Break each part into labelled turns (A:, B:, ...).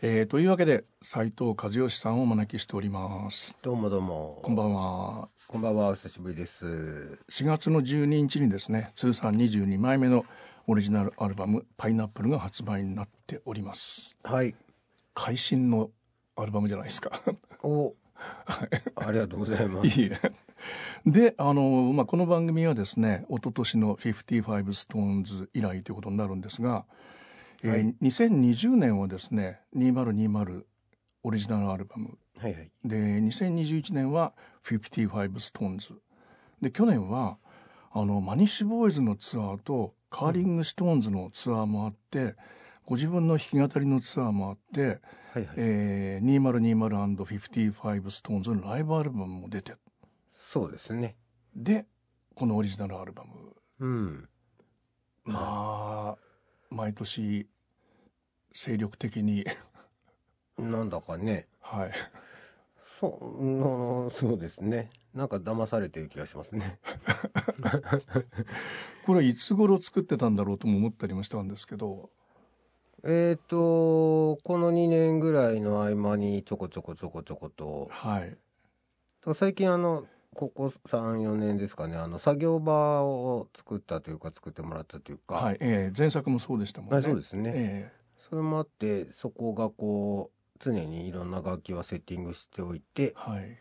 A: えー、というわけで斉藤和義さんをお招きしております
B: どうもどうも。
A: こんばんは
B: こんばんは、お久しぶりです。
A: 4月の12日にですね通算22枚目のオリジナルアルバム「パイナップル」が発売になっております
B: はい。
A: 会心のアルバムじゃないです か
B: お。ありがとうございま
A: い
B: す。
A: いえであの、まあ、この番組はですね一昨年の 55STONES 以来ということになるんですが、えー
B: はい
A: 2020年はですね2020オリジナルアルバム
B: はいはい。
A: で2021年は 55STONES で去年はあのマニッシュボーイズのツアーとカーリングストーンズのツアーもあって、ご自分の弾き語りのツアーもあって、
B: はいはい。
A: えー、2020&55STONES のライブアルバムも出て
B: そうですね。
A: でこのオリジナルアルバム
B: うん。
A: まあ毎年精力的に
B: なんだかね。
A: はい
B: そう、うんそうですね。なんか騙されてる気がしますね。
A: これはいつ頃作ってたんだろうとも思ったりもしたんですけど
B: えっと、この2年ぐらいの合間にちょこちょこちょこちょこと。
A: はい
B: だから最近あの、ここ3、4年ですかね、あの、作業場を作ったというか、作ってもらったというか。
A: はい、えー前作もそうでしたもんね。
B: あそうですね。
A: え
B: それもあってそこがこう常にいろんな楽器はセッティングしておいて
A: えはい、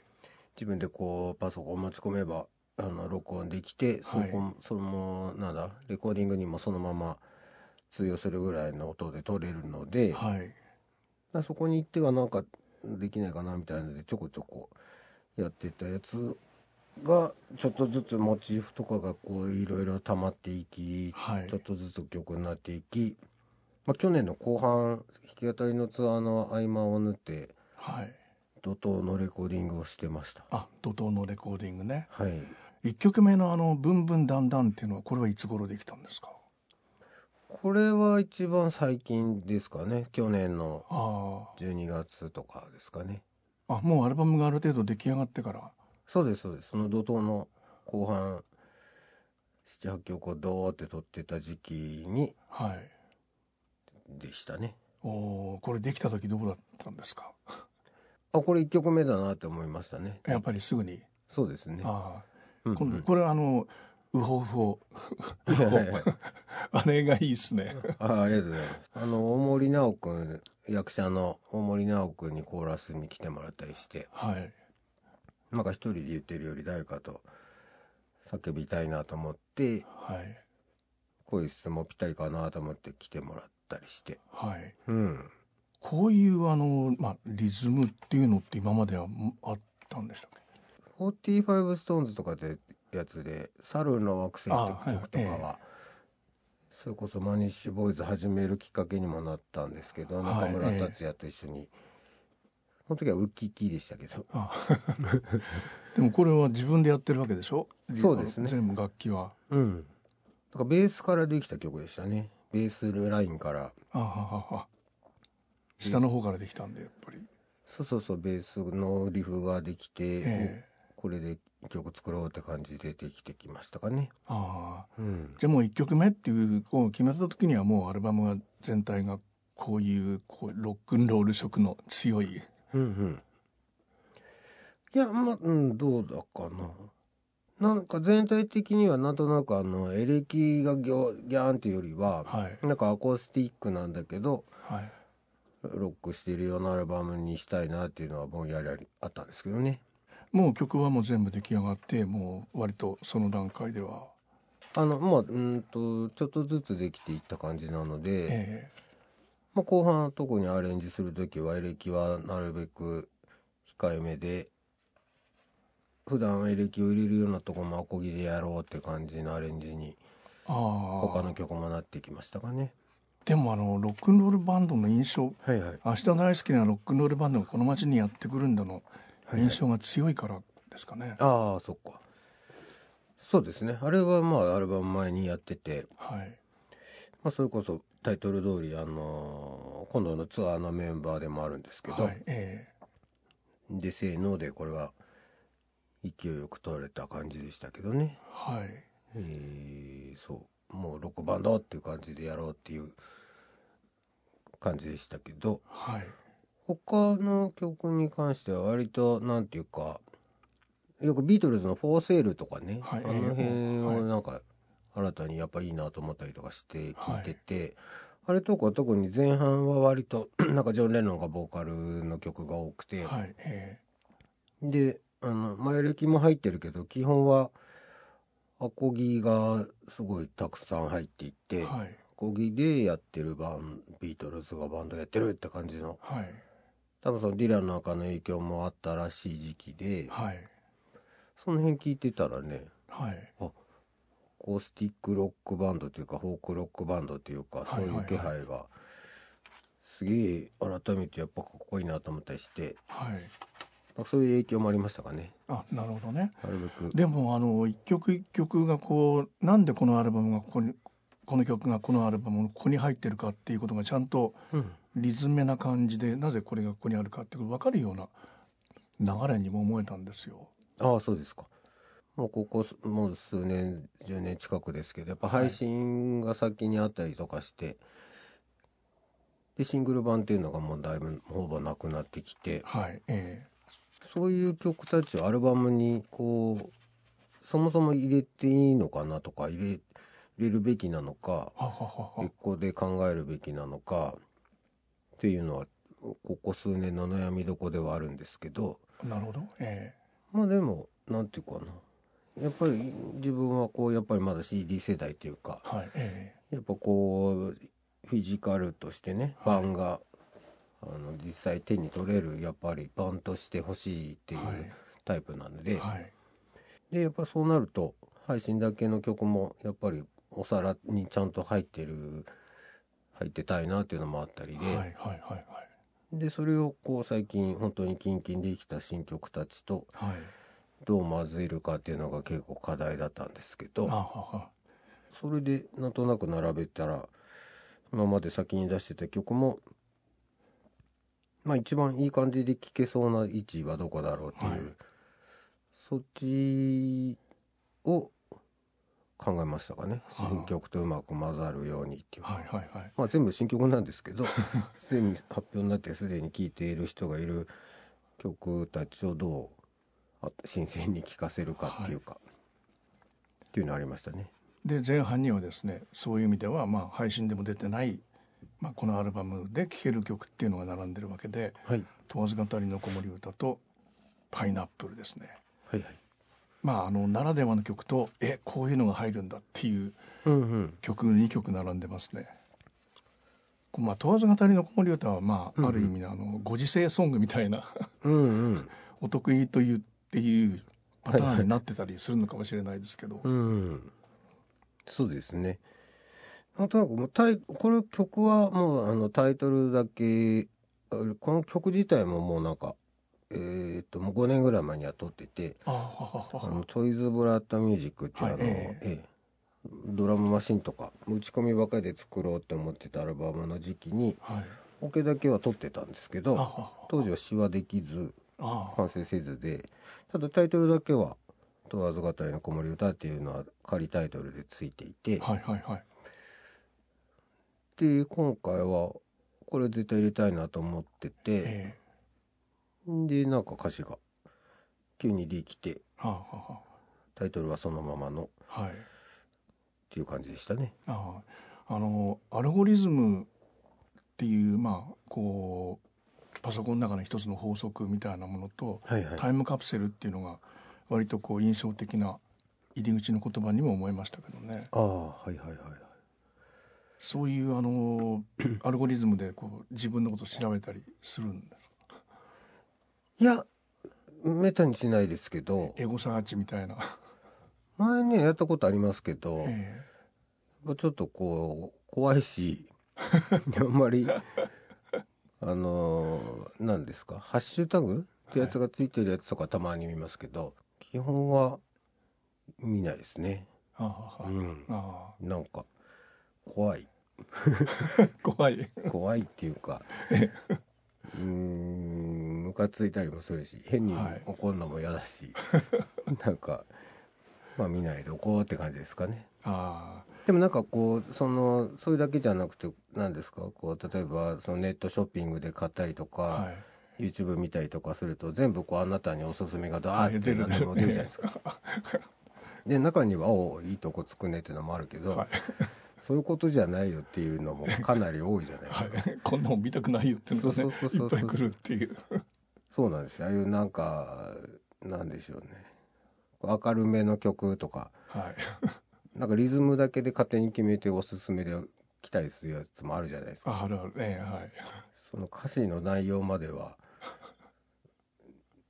B: 自分でこうパソコン持ち込めばあの録音できてそこ、
A: はい
B: そのなんだレコーディングにもそのまま通用するぐらいの音で撮れるので、
A: はい、
B: まあそこに行ってはなんかできないかなみたいなのでちょこちょこやってたやつがちょっとずつモチーフとかがこういろいろ溜まっていき
A: はい
B: ちょっ、とずつ曲になっていき、まあ、去年の後半弾き語りのツアーの合間を縫って
A: はい。
B: 怒涛のレコーディングをしてました
A: あ、怒涛のレコーディングね。
B: はい
A: 一曲目のあのブンブンダンダンっていうのはこれはいつ頃できたんですか。
B: これは一番最近ですかね去年の
A: あ
B: 12月とかですかね
A: あ、あ、もうアルバムがある程度出来上がってから。
B: そうですそうですその怒涛の後半78曲をドーって撮ってた時期に
A: はい。
B: でしたね
A: おお、これできた時どうだったんですか。
B: あこれ1曲目だなって思いましたね
A: やっぱりすぐに。
B: そうですね
A: あ
B: うん
A: あ、
B: うん
A: こ のこれはあのウホウホ
B: はいはいはい
A: あれがいいですね。
B: あありがとうございます。あの、大森直くん、役者の大森直くんにコーラスに来てもらったりして、
A: はい。
B: なんか一人で言ってるより誰かと叫びたいなと思って、
A: はい。
B: 声質もぴったりかなと思って来てもらったりして。
A: はい。
B: うん。
A: こういうあの、まあ、リズムっていうのって今まではあったんでしたっけ
B: 45 stones とかってやつで、猿の惑星って曲とか
A: あはい
B: は、それこそマニッシュボーイズ始めるきっかけにもなったんですけど、
A: はい
B: 中村
A: ええ
B: 達也と一緒に、その時はウッキッキーでしたけど、
A: あ でもこれは自分でやってるわけでしょ
B: そうですね
A: 全部楽器は
B: うん。だからベースからできた曲でしたね。ベースラインから。
A: あははは下の方からできたんでやっぱり
B: そうそうそう、ベースのリフができて、
A: ええ
B: これで曲作ろうって感じでできてきましたかね。
A: ああ
B: うん。
A: じゃあもう1曲目っていうこう決めた時にはもうアルバムが全体がこういうこうロックンロール色の強い
B: うんうん。いや、まあ、うん、どうだかな。なんか全体的にはなんとなくあの、エレキがギョギャーンっていうよりは、
A: はい
B: なんかアコースティックなんだけど、
A: はい
B: ロックしてるようなアルバムにしたいなっていうのはぼんやりありあったんですけどね。
A: もう曲はもう全部出来上がってもう割とその段階では
B: あのまあうーんとちょっとずつできていった感じなので、
A: え
B: まあ、後半特にアレンジする時はエレキはなるべく控えめで普段エレキを入れるようなとこもアコギでやろうって感じのアレンジに
A: えあ
B: 他
A: あ
B: の曲もなってきましたかね。
A: でもあのロックンロールバンドの印象
B: はいはい、
A: 明日大好きなロックンロールバンドがこの街にやってくるんだの
B: はい
A: 印象が強いからですかね。
B: ああそっかそうですねあれはまあアルバム前にやってて、
A: はい。
B: まあ、それこそタイトル通りあのー今度のツアーのメンバーでもあるんですけど、
A: はい。え
B: で、せーので、これは、勢いよく取れた感じでしたけどね
A: え。はい。
B: えーそう。もうロックバンドっていう感じでやろうっていう感じでしたけど、
A: はい。
B: 他の曲に関しては割となんていうかよくビートルズの「フォーセール」とかね、
A: はい
B: あの辺
A: はい
B: をなんか新たにやっぱいいなと思ったりとかして聞いてて、あれとか特に前半は割と なんかジョン・レノンがボーカルの曲が多くて、
A: はい、え
B: であの前歴も入ってるけど基本はアコギがすごいたくさん入っていっ
A: ー
B: て、
A: はい、
B: アコギでやってるバンビートルズがバンドやってるって感じの
A: はい、
B: 多分そのディランなんかの影響もあったらしい時期で
A: はい、
B: その辺聞いてたらね
A: はい、
B: こうスティックロックバンドというかフォークロックバンドというか
A: は
B: そ
A: いうはいは
B: い
A: いう
B: 気配がすげえ改めてやっぱかっこいいなと思ったりして
A: はい。
B: まあそういう影響もありましたかね
A: あ、なるほどね。
B: なるべく。
A: でもあの一曲一曲がこうなんでこのアルバムがここにこの曲がこのアルバムのここに入ってるかっていうことがちゃんと
B: うん
A: リズメな感じでなぜこれがここにあるかってこと分かるような流れにも思えたんですよ。
B: ああそうですか。もうここすもう数年10年近くですけどやっぱ配信が先にあったりとかして、でシングル版っていうのがもうだいぶほぼなくなってきて
A: はい、え
B: そういう曲たちをアルバムにこうそもそも入れていいのかなとか入れ入れるべきなのか
A: ー、はははは
B: 別個で考えるべきなのかっていうのはここ数年の悩みどこではあるんですけど。
A: なるほど。え
B: まあでもなんていうかなやっぱり自分はこうやっぱりまだ CD 世代というか
A: ー、はい、え
B: やっぱこうフィジカルとしてね版が、あの実際手に取れるやっぱり版として欲しいって
A: ー、
B: い
A: は
B: うタイプなので、
A: い、はい、
B: でやっぱそうなると配信だけの曲もやっぱりお皿にちゃんと入ってる入ってたいなっていうのもあったりで、
A: はい、はい、はい、はい、
B: でそれをこう最近本当にキンキンできた新曲たちと
A: はい、
B: どう混ぜるかっていうのが結構課題だったんですけ
A: あ
B: ど
A: はは、
B: それでなんとなく並べたら今まで先に出してた曲もまあ一番いい感じで聴けそうな位置はどこだろうっていう、
A: はい
B: そっちを考えましたかね新曲とうまく混ざるようにっていうか。
A: はい、はい、はい、
B: まあ、全部新曲なんですけ どすでに発表になってすでに聴いている人がいる曲たちをどうあ新鮮に聴かせるかっていうか、っていうのありましたね。
A: で前半にはですねそういう意味ではまあ配信でも出てない、まあ、このアルバムで聴ける曲っていうのが並んでるわけで
B: はい、
A: 「問わず語りの子守歌」と「パイナップル」ですね。
B: はい、はい、
A: まあ、あのならではの曲とえこういうのが入るんだっていう
B: うんうん
A: 曲2曲並んでますね。まあ、問わず語りの子守歌は、ま
B: うん
A: あ、
B: うん
A: ある意味のあのご時世ソングみたいな
B: うんうん
A: お得意というっていうパターンになってたりするのかもしれないですけど、
B: うんそうですね。なんとなくもうタイこれ曲はもうあのタイトルだけあこの曲自体ももうなんかえーっともう5年ぐらい前には撮ってて、
A: あはは
B: あ
A: はは
B: のトイズ・ブラッド・ミュージックっていうあの、
A: はいええ
B: ええドラムマシンとか打ち込みばかりで作ろうって思ってたアルバムの時期に
A: はい
B: オケだけは撮ってたんですけ
A: あは
B: ど
A: は
B: 当時は詞はできず
A: あ
B: 完成せずでただタイトルだけは「問わず語りの子守歌」っていうのは仮タイトルでついていて
A: はいはいはい
B: で今回はこれ絶対入れたいなと思ってて
A: ええ
B: でなんか歌詞が急にできて
A: はあは
B: タイトルはそのままのっ
A: あはあはい
B: ていう感じでしたね。
A: あああのアルゴリズムっていうまあこうパソコンの中の一つの法則みたいなものと
B: はいはい
A: タイムカプセルっていうのが割とこう印象的な入り口の言葉にも思いましたけどね
B: ああはいはいはいはい
A: そういうあのアルゴリズムでこう自分のことを調べたりするんですか
B: いやめったにしないですけど
A: エゴサーチみた いな、
B: 前ねやったことありますけどやっ
A: え
B: ぱちょっとこう怖 いしあんまりあのー何ですかハッシュタグってやつがついてるやつとかたまに見ますけど、基本は見ないですね。
A: えああ
B: う
A: はあ
B: ん、
A: あ
B: なんか怖い
A: あ怖い
B: 怖いってい うかうーんムカついたりもするし変に
A: はい
B: 怒るのも嫌だし、なんかまあ見ないでおこうって感じですかね。
A: ああ
B: でもなんかこうそのそれだけじゃなくて何ですかこう例えばそのネットショッピングで買ったりとか、
A: はい
B: YouTube 見たりとかすると全部こうあなたにおすすめがダーってなってもう出るじゃないで すか。で中には「おおいいとこつくね」ってのもあるけど、
A: はい
B: そういうことじゃないよっていうのもかなり多いじゃないですか。
A: はい、こんなもん見たくないよっていうのがね
B: そうそう
A: い
B: そ
A: っ
B: うそ
A: ぱ
B: う
A: い来るっていう
B: そうなんですよああいうなんかなんでしょうね明るめの曲とか
A: はい
B: なんかリズムだけで勝手に決めておすすめで来たりするやつもあるじゃないですか。
A: ああるあるねはい
B: その歌詞の内容までは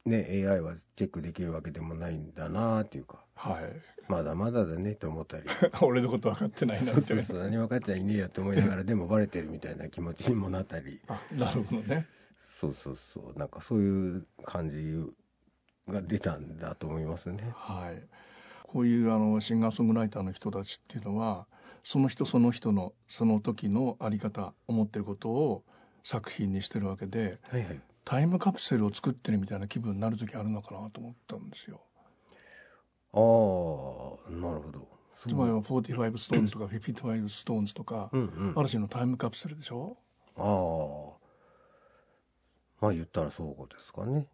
B: ね AI はチェックできるわけでもないんだなっていうか
A: はい
B: まだまだだねと思ったり
A: 俺のこと分かってないな
B: そう
A: み
B: そ
A: たいうな
B: そう何分かっちゃいねえよって思いながらでもバレてるみたいな気持ちにもなったり
A: あなるほどね
B: そうそうそうなんかそういう感じが出たんだと思いますね。
A: はいこういうあのシンガーソングライターの人たちっていうのはその人その人のその時のあり方思ってることを作品にしてるわけで
B: はいはい
A: タイムカプセルを作ってるみたいな気分になる時あるのかなと思ったんですよ。
B: ああなるほど。
A: つまりは45ストーンズとか55ストーンズとか、
B: うんうん、あ
A: 嵐のタイムカプセルでしょ
B: あーまあ言ったらそうですかね。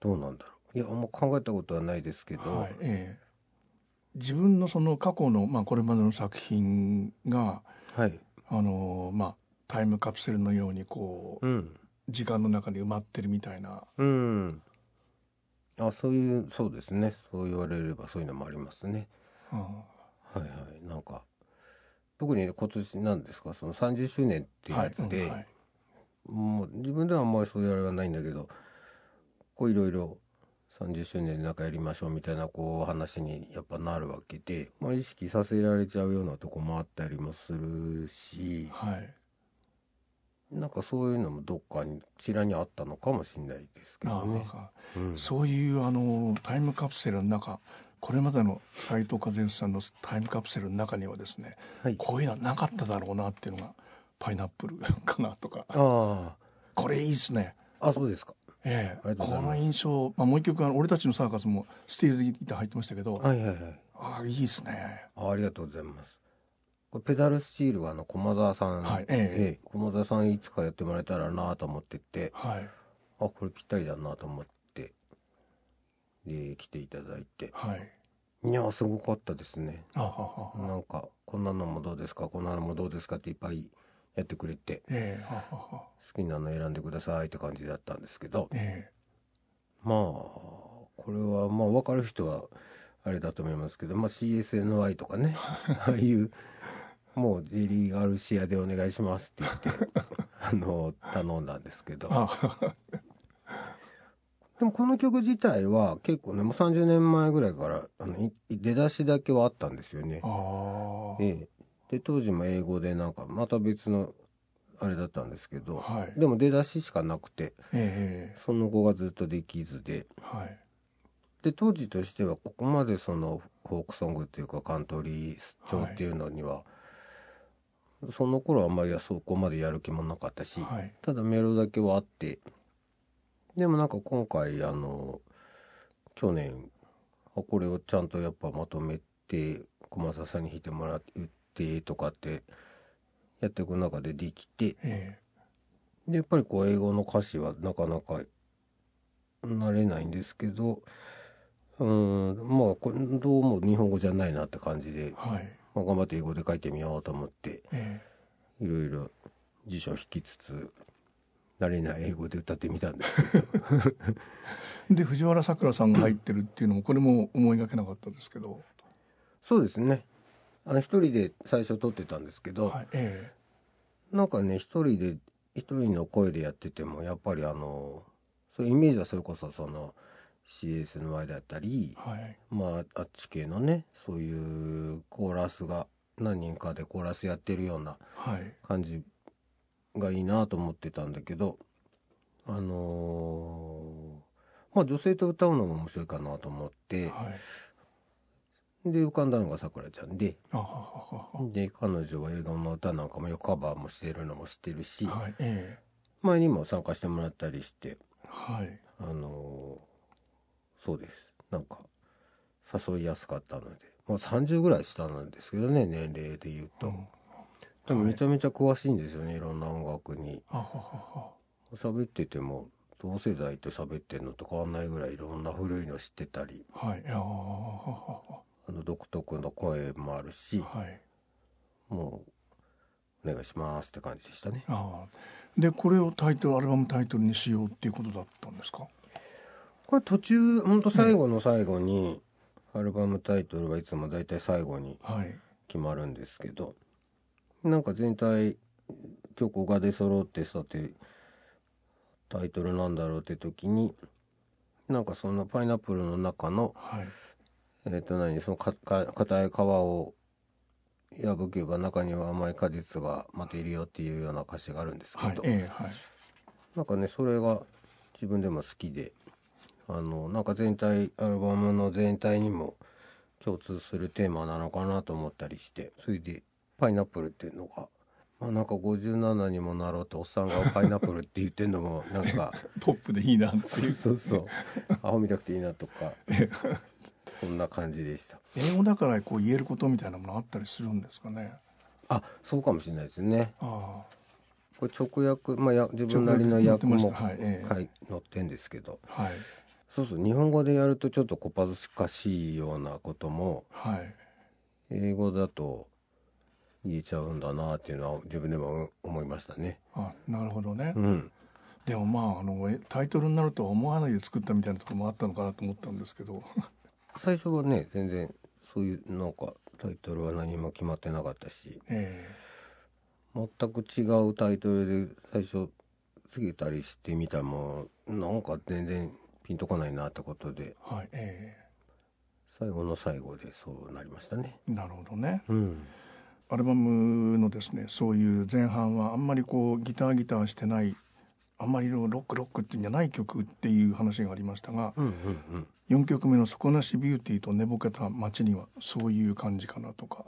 B: どうなんだろう。いやあんま考えたことはないですけど、
A: はいええ自分のその過去の、まあ、これまでの作品が
B: はい、
A: あの、まあ、タイムカプセルのようにこう
B: うん
A: 時間の中に埋まってるみたいな
B: うん。あそういうそうですねそう言われればそういうのもありますね。
A: うん
B: はいはいなんか特に今年なんですかその30周年っていうやつ
A: は
B: で、
A: いうんはい
B: もう自分ではあんまりそういうあれはないんだけどこういろいろ30周年でなんかやりましょうみたいなこう話にやっぱなるわけで、まあ、意識させられちゃうようなとこもあったりもするし
A: はい、
B: なんかそういうのもどっかにちらにあったのかもしれないですけ
A: あ
B: ど
A: あなん
B: ね。
A: か
B: うん
A: そういうあのタイムカプセルの中これまでの斎藤和義さんのタイムカプセルの中にはですね
B: はい、
A: こういうのはなかっただろうなっていうのがパイナップルかなとか
B: あ
A: これいいですね。
B: ああそうですか。
A: え
B: あり
A: え、
B: がと
A: こ
B: うございます
A: の印象、まあ、もう一曲あの俺たちのサーカスもスティールギター入ってましたけど、
B: はいはいはい。
A: ああいいですね
B: あありがとうございます。これペダルスチールはあの駒沢さん、
A: はいええ
B: え駒沢さんいつかやってもらえたらなと思ってて
A: はい
B: あこれぴったりだなと思ってで来ていただいて
A: はい
B: いやすごかったですね
A: ああああああ
B: なんかこんなのもどうですかこんなのもどうですかっていっぱいやってくれて
A: ええああああ
B: 好きなの選んでくださいって感じだったんですけど
A: え
B: まあこれはまあ分かる人はあれだと思いますけど、まあ、CSNY とかねああいうもうジェリーガルシアでお願いしますって言ってあの頼んだんですけ
A: え
B: ど
A: ああ
B: でもこの曲自体は結構ねもう30年前ぐらいからあのい出だしだけはあったんですよね。
A: あ
B: ええ、で当時も英語でなんかまた別のあれだったんですけ
A: あ
B: ど
A: はい
B: でも出だししかなくて
A: ええ
B: その後がずっとできずで。
A: はい
B: で当時としてはここまでそのフォークソングっていうかカントリー調っていうのには、その頃はあんまりそこまでやる気もなかったし、
A: はい
B: ただメロだけはあってでもなんか今回あの去年あこれをちゃんとやっぱまとめて駒澤さんに弾いてもらってとかってやっていく中でできて
A: え
B: でやっぱりこう英語の歌詞はなかなか慣れないんですけどうーんまあこれどうも日本語じゃないなって感じで
A: え、はい
B: まあ、頑張って英語で書いてみようと思って
A: え
B: いろいろ辞書を引きつつ慣れない英語で歌ってみたんですけど
A: え、で藤原さくらさんが入ってるっていうのもこれも思いがけなかったですけど、
B: そうですねあの一人で最初撮ってたんですけど、
A: はい、え
B: なんかね一人で一人の声でやっててもやっぱりあのそういうイメージはそれこそその CS の前だったり
A: え、はい
B: まあ、あっち系のねそういうコーラスが何人かでコーラスやってるような
A: はい
B: 感じがいいなと思ってたんだけどあのーまあ女性と歌うのも面白いかなと思って
A: はい
B: で浮かんだのがさくらちゃんで
A: あああ
B: で彼女は映画の歌なんかもよくカバーもしてるのも知ってるし
A: ああはいえ
B: 前にも参加してもらったりして
A: えはい
B: あのーそうですなんか誘いやすかったのでまあ、30ぐらい下なんですけどね年齢で言うと、
A: うん
B: でもめちゃめちゃ詳しいんですよねいろんな音楽に
A: あはは
B: 喋ってても同世代と喋ってんのと変わんないぐらいいろんな古いの知ってたり
A: ははいあーは
B: あの独特の声もあるし
A: はははい
B: もうお願いしますって感じでしたね
A: あーでこれをタイトルアルバムタイトルにしようっていうことだったんですか
B: これ途中ほんと最後の最後に、アルバムタイトルはいつも大体最後に
A: はい
B: 決まるんですけどなんか全体曲が出揃ってさてタイトルなんだろうって時になんかそんなパイナップルの中の
A: はい
B: えっ、と何そのかか硬い皮を破けば中には甘い果実が待っているよっていうような歌詞があるんですけ
A: はい
B: ど、
A: ええはい
B: なんかねそれが自分でも好きであのなんか全体アルバムの全体にも共通するテーマなのかなと思ったりしてそれで「パイナップル」っていうのが。まあなんか57にもなろうっておっさんがパイナップルって言ってんのもなんか
A: ポップでいいなって
B: そうそうそうアホみたくていいなとかそんな感じでした
A: 英語だからこう言えることみたいなものあったりするんですかね
B: あそうかもしれないですね
A: あ
B: これ直訳、まあ、や自分なりの訳も
A: 直訳載ってましたはいええ
B: はい載ってんですけど、
A: あはい
B: そうそう日本語でやるとちょっとこっぱずかしいようなことも
A: はい
B: 英語だと言えちゃうんだなっていうのは自分でも思いましたね。
A: あなるほどね、
B: うん、
A: でもまああのえタイトルになるとは思わないで作ったみたいなところもあったのかなと思ったんですけど
B: 最初はね全然そういうなんかタイトルは何も決まってなかったし
A: え
B: 全く違うタイトルで最初つけたりしてみたもなんか全然ピンとこないなってことで
A: えはいえ
B: 最後の最後でそうなりましたね。
A: えなるほどね
B: うん、
A: アルバムのですねそういう前半はあんまりこうギターギターしてないあんまりロックロックっていうんじゃない曲っていう話がありましたが
B: うん、うん、うん
A: 4曲目の「底なしビューティー」と「寝ぼけた街」にはそういう感じかなとか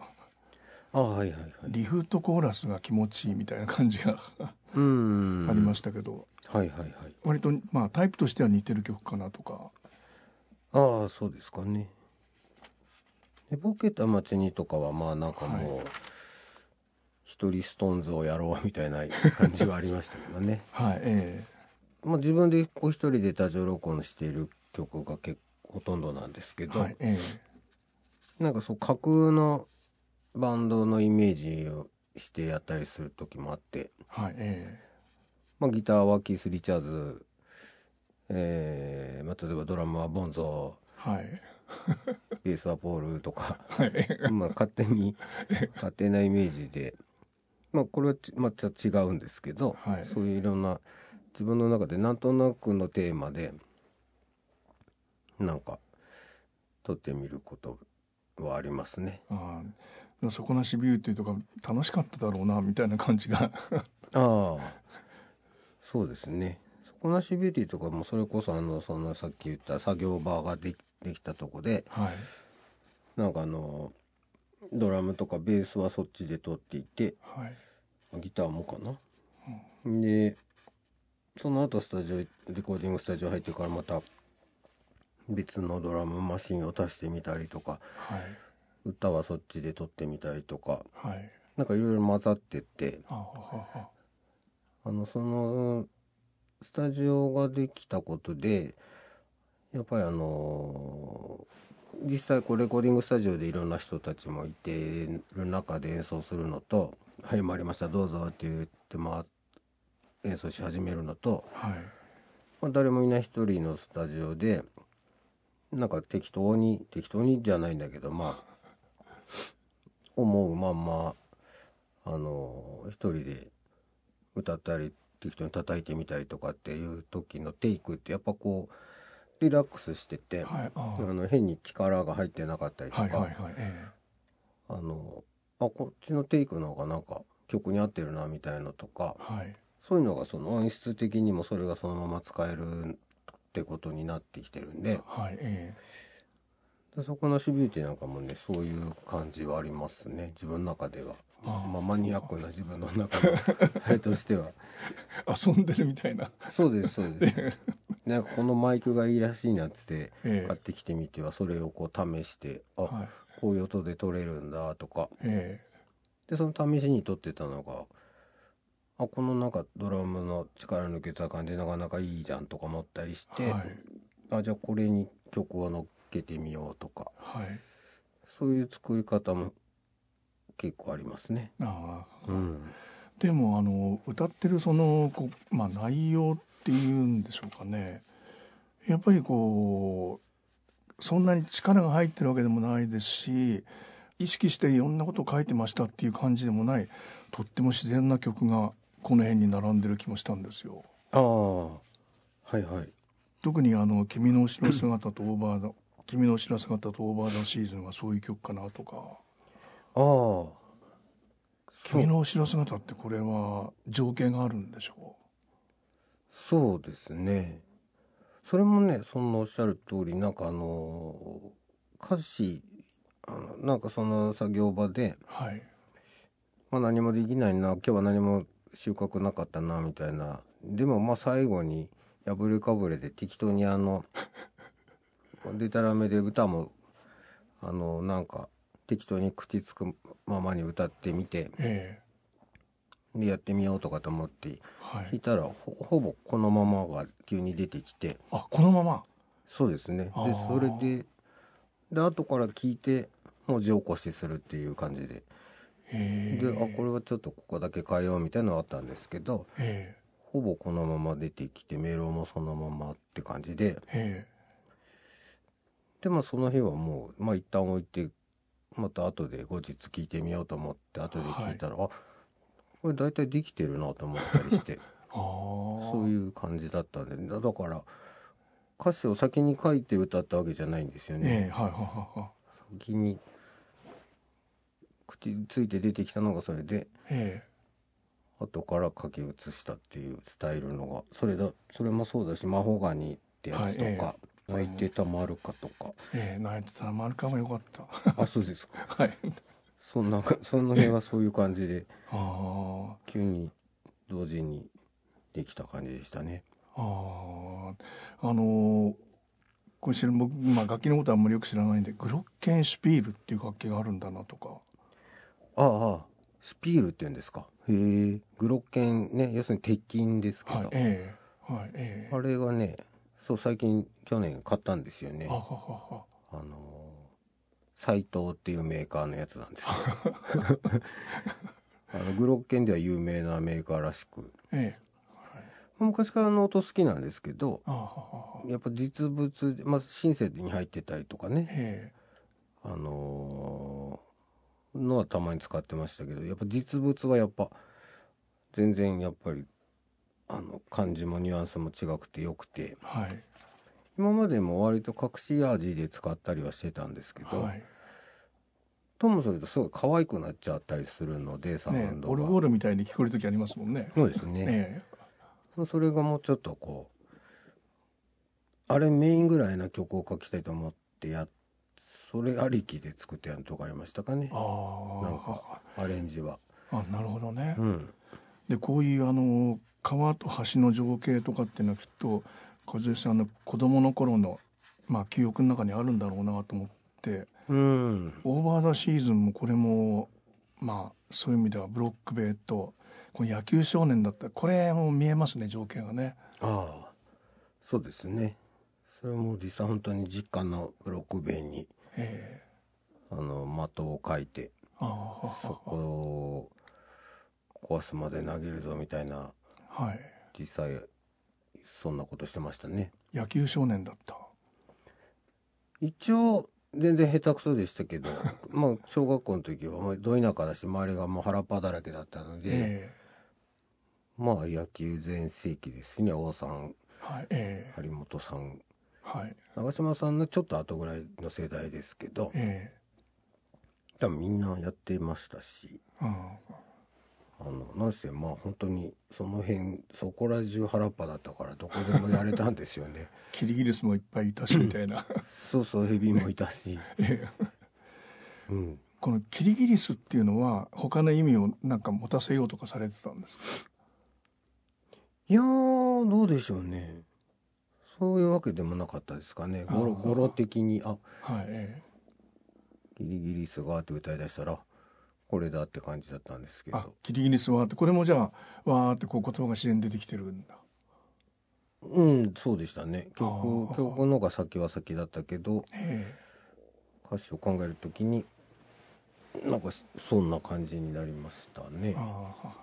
B: あはいはいはい。
A: リフとコーラスが気持ちいいみたいな感じが
B: うん
A: ありましたけど、
B: はいはいはい。
A: 割とまあタイプとしては似てる曲かなとか。
B: ああそうですかね。寝ぼけた街にとかはまあなんかもう、一人ストーンズをやろうみたいな感じはありましたけどね
A: はいえ
B: まあ自分でお一人で多常録音している曲が結構ほとんどなんですけ
A: え
B: ど、
A: はいえ
B: なんかそう架空のバンドのイメージをしてやったりする時もあって、
A: えはいえ
B: まあ、ギターはキース・リチャーズ、えーまあ、例えばドラムはボンゾ
A: えはい
B: ーベースはポールとか。
A: はいえ
B: まあ勝手に 勝手なイメージでまあこれはちまた違うんですけど、
A: はい
B: そういういろんな自分の中でなんとなくのテーマでなんか撮ってみることはありますね。
A: ああ底なしビューティーとか楽しかっただろうなみたいな感じが
B: ああそうですね。底なしビューティーとかもそれこそあのそのさっき言った作業場ができできたとこで
A: はい
B: なんかあのドラムとかベースはそっちで撮っていて
A: はい
B: ギターもかな、でその後スタジオレコーディングスタジオ入ってからまた別のドラムマシンを足してみたりとか
A: はい
B: 歌はそっちで撮ってみたりとか
A: はい
B: なんかいろいろ混ざってって
A: ああは
B: あのそのスタジオができたことでやっぱりあの実際こうレコーディングスタジオでいろんな人たちもいてる中で演奏するのと「はい回りましたどうぞ」って言って回っ演奏し始めるのと、
A: ははい
B: まあ、誰もいない一人のスタジオでなんか適当に適当にじゃないんだけどまあ思うまんまあの一人で歌ったり適当に叩いてみたりとかっていう時のテイクってやっぱこうリラックスしてて、
A: はいあ
B: あ
A: あ
B: の変に力が入ってなかったりとか、
A: はいはいはいえ
B: あのあこっちのテイクの方がなんか曲に合ってるなみたいのとか
A: え。はい
B: そういうのがその音質的にもそれがそのまま使えるってことになってきてるんで
A: はいええ。
B: でそこのシビューティーなんかもねそういう感じはありますね自分の中では
A: ああ
B: まあマニアックな自分の 中のあれとしては
A: 遊んでるみたいな
B: そうですそうですなんかこのマイクがいいらしいなっつって
A: ええ
B: 買ってきてみてはそれをこう試してあ
A: はい
B: ここういう音で撮れるんだとか
A: え
B: でその試しに撮ってたのがあこのなんかドラムの力抜けた感じなかなかいいじゃんとか思ったりし
A: え
B: て、
A: はい
B: あじゃあこれに曲を乗っけてみようとか
A: はい
B: そういう作り方も結構ありますね。
A: ああ
B: うん、
A: でもあの歌ってるそのこう、まあ、内容っていうんでしょうかねやっぱりこうそんなに力が入ってるわけでもないですし意識していろんなことを書いてましたっていう感じでもないとっても自然な曲がこの辺に並んでる気もしたんですよ。
B: ああはいはい。
A: 特にあの「君の後ろ姿とオーバーだ」「君の後ろ姿とオーバーだシーズン」はそういう曲かなとか
B: ああそ
A: 「君
B: う
A: の後ろ姿」ってこれは情景があるんでしょ
B: そうですね。それもねそのおっしゃる通りなんかあの歌詞あのなんかその作業場で、
A: うはい
B: まあ、何もできないな今日は何も収穫なかったなみたいなでもまあ最後に破れかぶれで適当にあのでたらめで歌もあのなんか適当に口つくままに歌ってみて
A: え
B: でやってみようとかと思って
A: えは
B: 弾
A: い
B: いたらほほぼこのままが急に出てきて
A: あこのまま
B: そうですねで
A: あー
B: それでで後から聞いて文字起こしするっていう感じで
A: ええ
B: であこれはちょっとここだけ変えようみたいなのあったんですけど
A: え
B: ほぼこのまま出てきてメロもそのままって感じで
A: ええ
B: でまあその日はもうまあ一旦置いてまた後で後日聞いてみようと思って後で聞いたら、あこれ大体できてるなと思ったりして
A: えあ あ
B: そういう感じだったんでだだから歌詞を先に書いて歌ったわけじゃないんですよね。
A: ええはいはいはいはい
B: 先に口ついて出てきたのがそれで
A: え
B: 後から書き写したっていうスタイルのがそれだそれもそうだし「魔法ガニ」ってやつとか「
A: はいええ
B: 泣いてたまるか」と か、
A: えええ泣いてたら丸かもよかった
B: あそうですか
A: はい
B: そんなその辺はそういう感じで
A: あ
B: 急に同時にできた感じでしたね。
A: ああああのこれ知ら僕、まあ、楽器のことはあんまりよく知らないんでグロッケンシュピールっていう楽器があるんだなとか
B: ああああスピールって言うんですかへえグロッケンね要するに鉄筋ですけど、
A: はい、ええはい、ええ
B: あれがねそう最近去年買ったんですよね。
A: あははは
B: あのー斎藤っていうメーカーのやつな んですけどあのグロッケンでは有名なメーカーらしく
A: ええ
B: 昔からあの音好きなんですけど
A: あははは
B: やっぱ実物で、まあ、シンセに入ってたりとかね、
A: え
B: あのーのはたまに使ってましたけどやっぱ実物はやっぱ全然やっぱりあの感じもニュアンスも違くてよくて
A: えはい
B: 今までも割と隠し味で使ったりはしてたんですけど、
A: はい
B: ともするとすごい可愛くなっちゃったりするのでサウ
A: ね
B: ンド
A: オル
B: が、
A: ゴールみたいに聞こえる時ありますもんね
B: そうですね
A: え
B: それがもうちょっとこうあれメインぐらいな曲を書きたいと思ってやっそれありきで作ってやるとかありましたかね
A: えあ
B: なんかアレンジは、
A: ああなるほどね、
B: うん、
A: でこういうあの川と橋の情景とかっていうのはきっと和義さんの子供の頃のまあ記憶の中にあるんだろうなと思って
B: うん、
A: オーバーザシーズンもこれもまあそういう意味ではブロック塀とこの野球少年だったらこれも見えますね情景がね
B: ああそうですねそれも実際本当に実家のブロック塀に
A: ええ
B: あの的を書いて
A: あ
B: そこを壊すまで投げるぞみたいな
A: あはい
B: 実際そんなことしてましたね
A: 野球少年だった
B: 一応全然下手くそでしたけど まあ小学校の時はもうど田舎だし周りがもう原っぱだらけだったので、
A: え
B: まあ野球全盛期ですね王さん
A: えはいええ
B: 張本さん
A: はい
B: 長嶋さんのちょっと後ぐらいの世代ですけど
A: え
B: 多分みんなやってましたし
A: えうん
B: あのなんせまあ本当にその辺そこら中原っぱだったからどこでもやれたんです よね
A: キリギリスもいっぱいいたしみたい な
B: そうそうヘビもいたし、うん、
A: このキリギリスっていうのは他の意味をなんか持たせようとかされてたんですか
B: いやーどうでしょうねそういうわけでもなかったですかね語呂
A: あー
B: 語呂的にあ
A: はい、え
B: ギリギリスがーって歌い出したらこれだって感じだったんですけ
A: あ
B: ど
A: ギリギリスわーってこれもじゃあわーってこう言葉が自然に出てきてるんだ
B: うんそうでしたね
A: あー
B: 曲曲のが先は先だったけど
A: え
B: 歌詞を考えるときになんかそんな感じになりましたね
A: え。ああ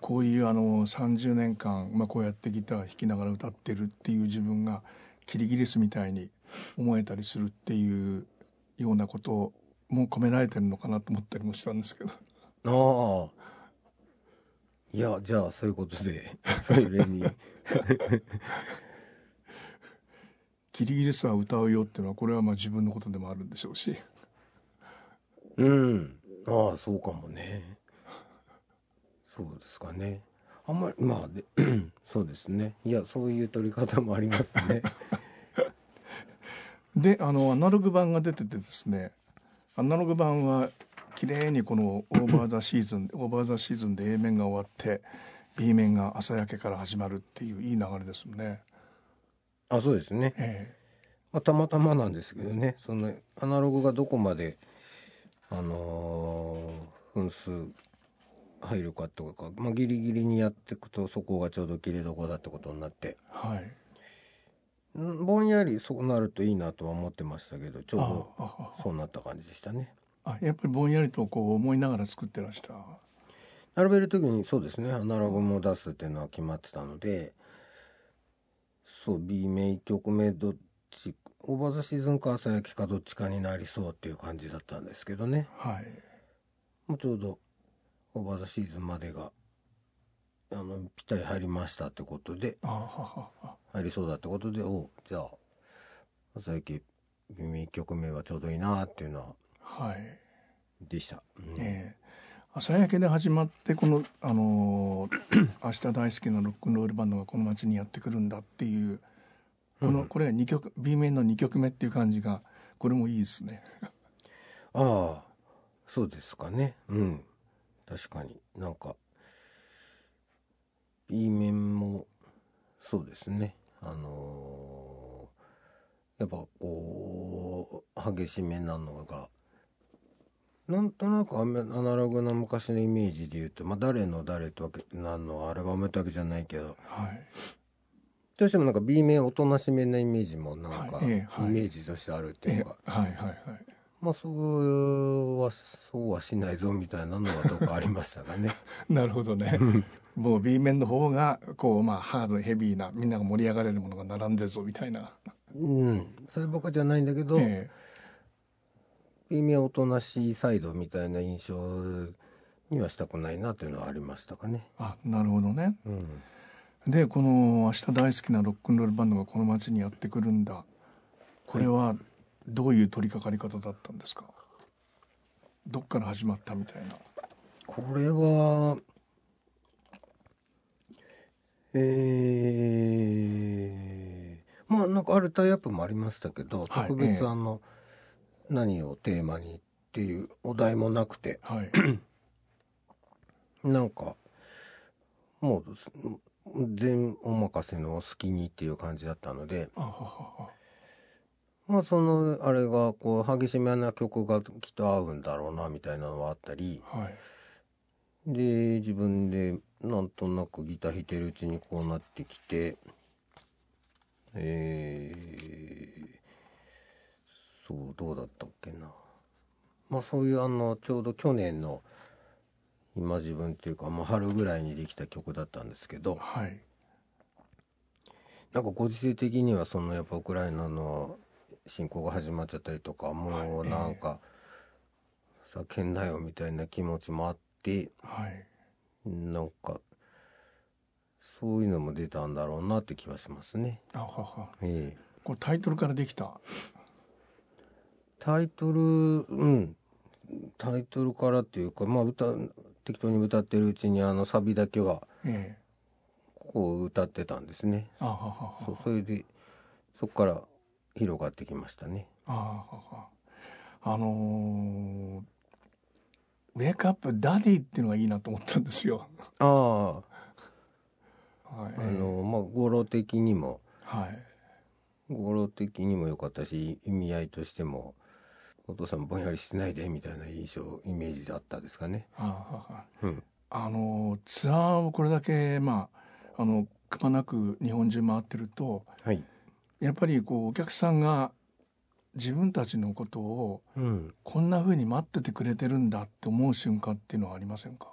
A: こういうあの30年間、まあ、こうやってギター弾きながら歌ってるっていう自分がキリギリスみたいに思えたりするっていうようなことも込められてるのかなと思ったりもしたんですけど
B: ああいやじゃあそういうことで それに
A: 「キリギリスは歌うよ」っていうのはこれはまあ自分のことでもあるんでしょうし
B: うんああそうかもねそうですかねあんまりまあで そうですねいやそういう取り方もあります ね
A: であのアナログ版が出ててですねアナログ版は綺麗にこのオーバー・ザ・シーズンオーバー・ザ・シーズンで A 面が終わって B 面が朝焼けから始まるっていういい流れですもんね。
B: あそうですね、
A: え
B: まあ、たまたまなんですけどねそのアナログがどこまであのー分数入るかとか、まあ、ギリギリにやっていくとそこがちょうど切れどころだってことになって
A: えはい。
B: んぼんやりそうなるといいなとは思ってましたけどちょう
A: あ
B: ど
A: あ
B: そうなった感じでしたね
A: ああやっぱりぼんやりとこう思いながら作ってらした。
B: 並べる時にそうですねアナログも出すっていうのは決まってたのでそう B 名1曲目どっちオーバーザシーズンか朝焼きかどっちかになりそうっていう感じだったんですけどね
A: はい。
B: もうちょうどオーバーザシーズンまでがあのぴったり入りましたってことで
A: あははは
B: 入りそうだってことでおうじゃあ朝焼き B 名1曲目はちょうどいいなっていうのは
A: はい。
B: でした、うん
A: ええ朝焼けで始まってこの、あのー明日大好きなロックンロールバンドがこの街にやってくるんだっていうこの、これが2曲 B 面の2曲目っていう感じがこれもいいですね。
B: ああそうですかねうん確かになんか B 面もそうですねあのーやっぱこう激しめなのがなんとなくアメアナログな昔のイメージで言うと、まあ、誰の誰とわけ何のアルバムってわけじゃないけど
A: はい、
B: どうしてもなんか B 面おとなしめなイメージもなんか
A: はいえ
B: イメ
A: えはい
B: ージとしてあるっていう
A: え
B: か、
A: えはいはいはい。
B: まあそうはそうはしないぞみたいなのはどうかありました がね
A: なるほどね。もう B 面の方がこうまあハードヘビーなみんなが盛り上がれるものが並んでるぞみたいな。
B: うんそればっかじゃないんだけど、
A: ええ
B: 微妙おとなしいサイドみたいな印象にはしたくないなというのはありましたかね
A: あなるほどね。
B: うん
A: でこの「明日大好きなロックンロールバンドがこの街にやってくるんだ」これはどういう取り掛かり方だったんですかどっから始まったみたいな。
B: これはえー、まあなんかあるタイアップもありましたけど、
A: はい
B: 特
A: ええ
B: 別あの、何をテーマにっていうお題もなくて
A: はい、
B: なんか、もうす、全お任せのお好きにっていう感じだったので、
A: あはは
B: まあその、あれが、こう、激しめな曲がきっと合うんだろうな、みたいなのはあったり、
A: ははい
B: で、自分で、なんとなくギター弾いてるうちにこうなってきて、えー、そう、どうだったっけな。まあそういう、あの、ちょうど去年の、今自分っていうか、まあ春ぐらいにできた曲だったんですけど、
A: はい
B: なんかご時世的にはそのやっぱウクライナの侵攻が始まっちゃったりとかもう
A: はい
B: なんか叫んだよみたいな気持ちもあって
A: はい
B: なんかそういうのも出たんだろうなって気はしますね。
A: あはは
B: ええ、
A: これタイトルからできた
B: タイトルうんタイトルからっていうかまあ歌適当に歌ってるうちにあのサビだけは
A: ええ
B: ここを歌ってたんですね。
A: あはは
B: そ
A: は
B: うそれでそこから広がってきましたね。
A: あははあのーウェイクアップダディっていうのがいいなと思ったんですよ。
B: ああ
A: はい、
B: あのまあ語呂的にも
A: はい
B: 語呂的にも良かったし意味合いとしてもお父さんぼんやりしてないでみたいな印象イメージだったですかね。
A: ああ
B: うん、
A: あのツアーをこれだけまああのくまなく日本中回ってると
B: はい、
A: やっぱりこうお客さんが自分たちのことを
B: うん、
A: こんな風に待っててくれてるんだって思う瞬間っていうのはありませんか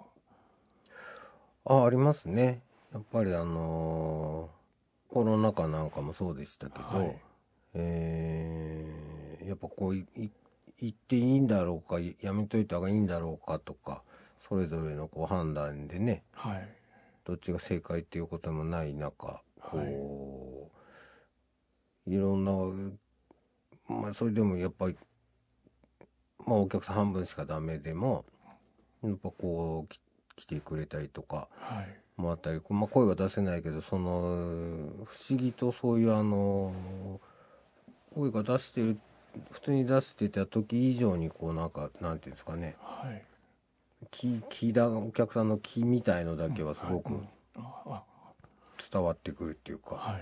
B: あありますねやっぱりあのーコロナ禍なんかもそうでしたけど、
A: はい
B: えーやっぱこういい行っていいんだろうかいやめといた方がいいんだろうかとかそれぞれのこう判断でね
A: はい
B: どっちが正解っていうこともない中こう、い、ろんなまあそれでもやっぱり、まあ、お客さん半分しかダメでもやっぱこうき来てくれたりとか
A: はい
B: もあったり、まあ、声は出せないけどその不思議とそういうあの声が出してる普通に出してた時以上にこうなんかなんていうんですかね
A: はい
B: 気気だお客さんの気みたいのだけはすご
A: う
B: く
A: んあ
B: 伝わってくるっていう
A: あ
B: か、
A: はい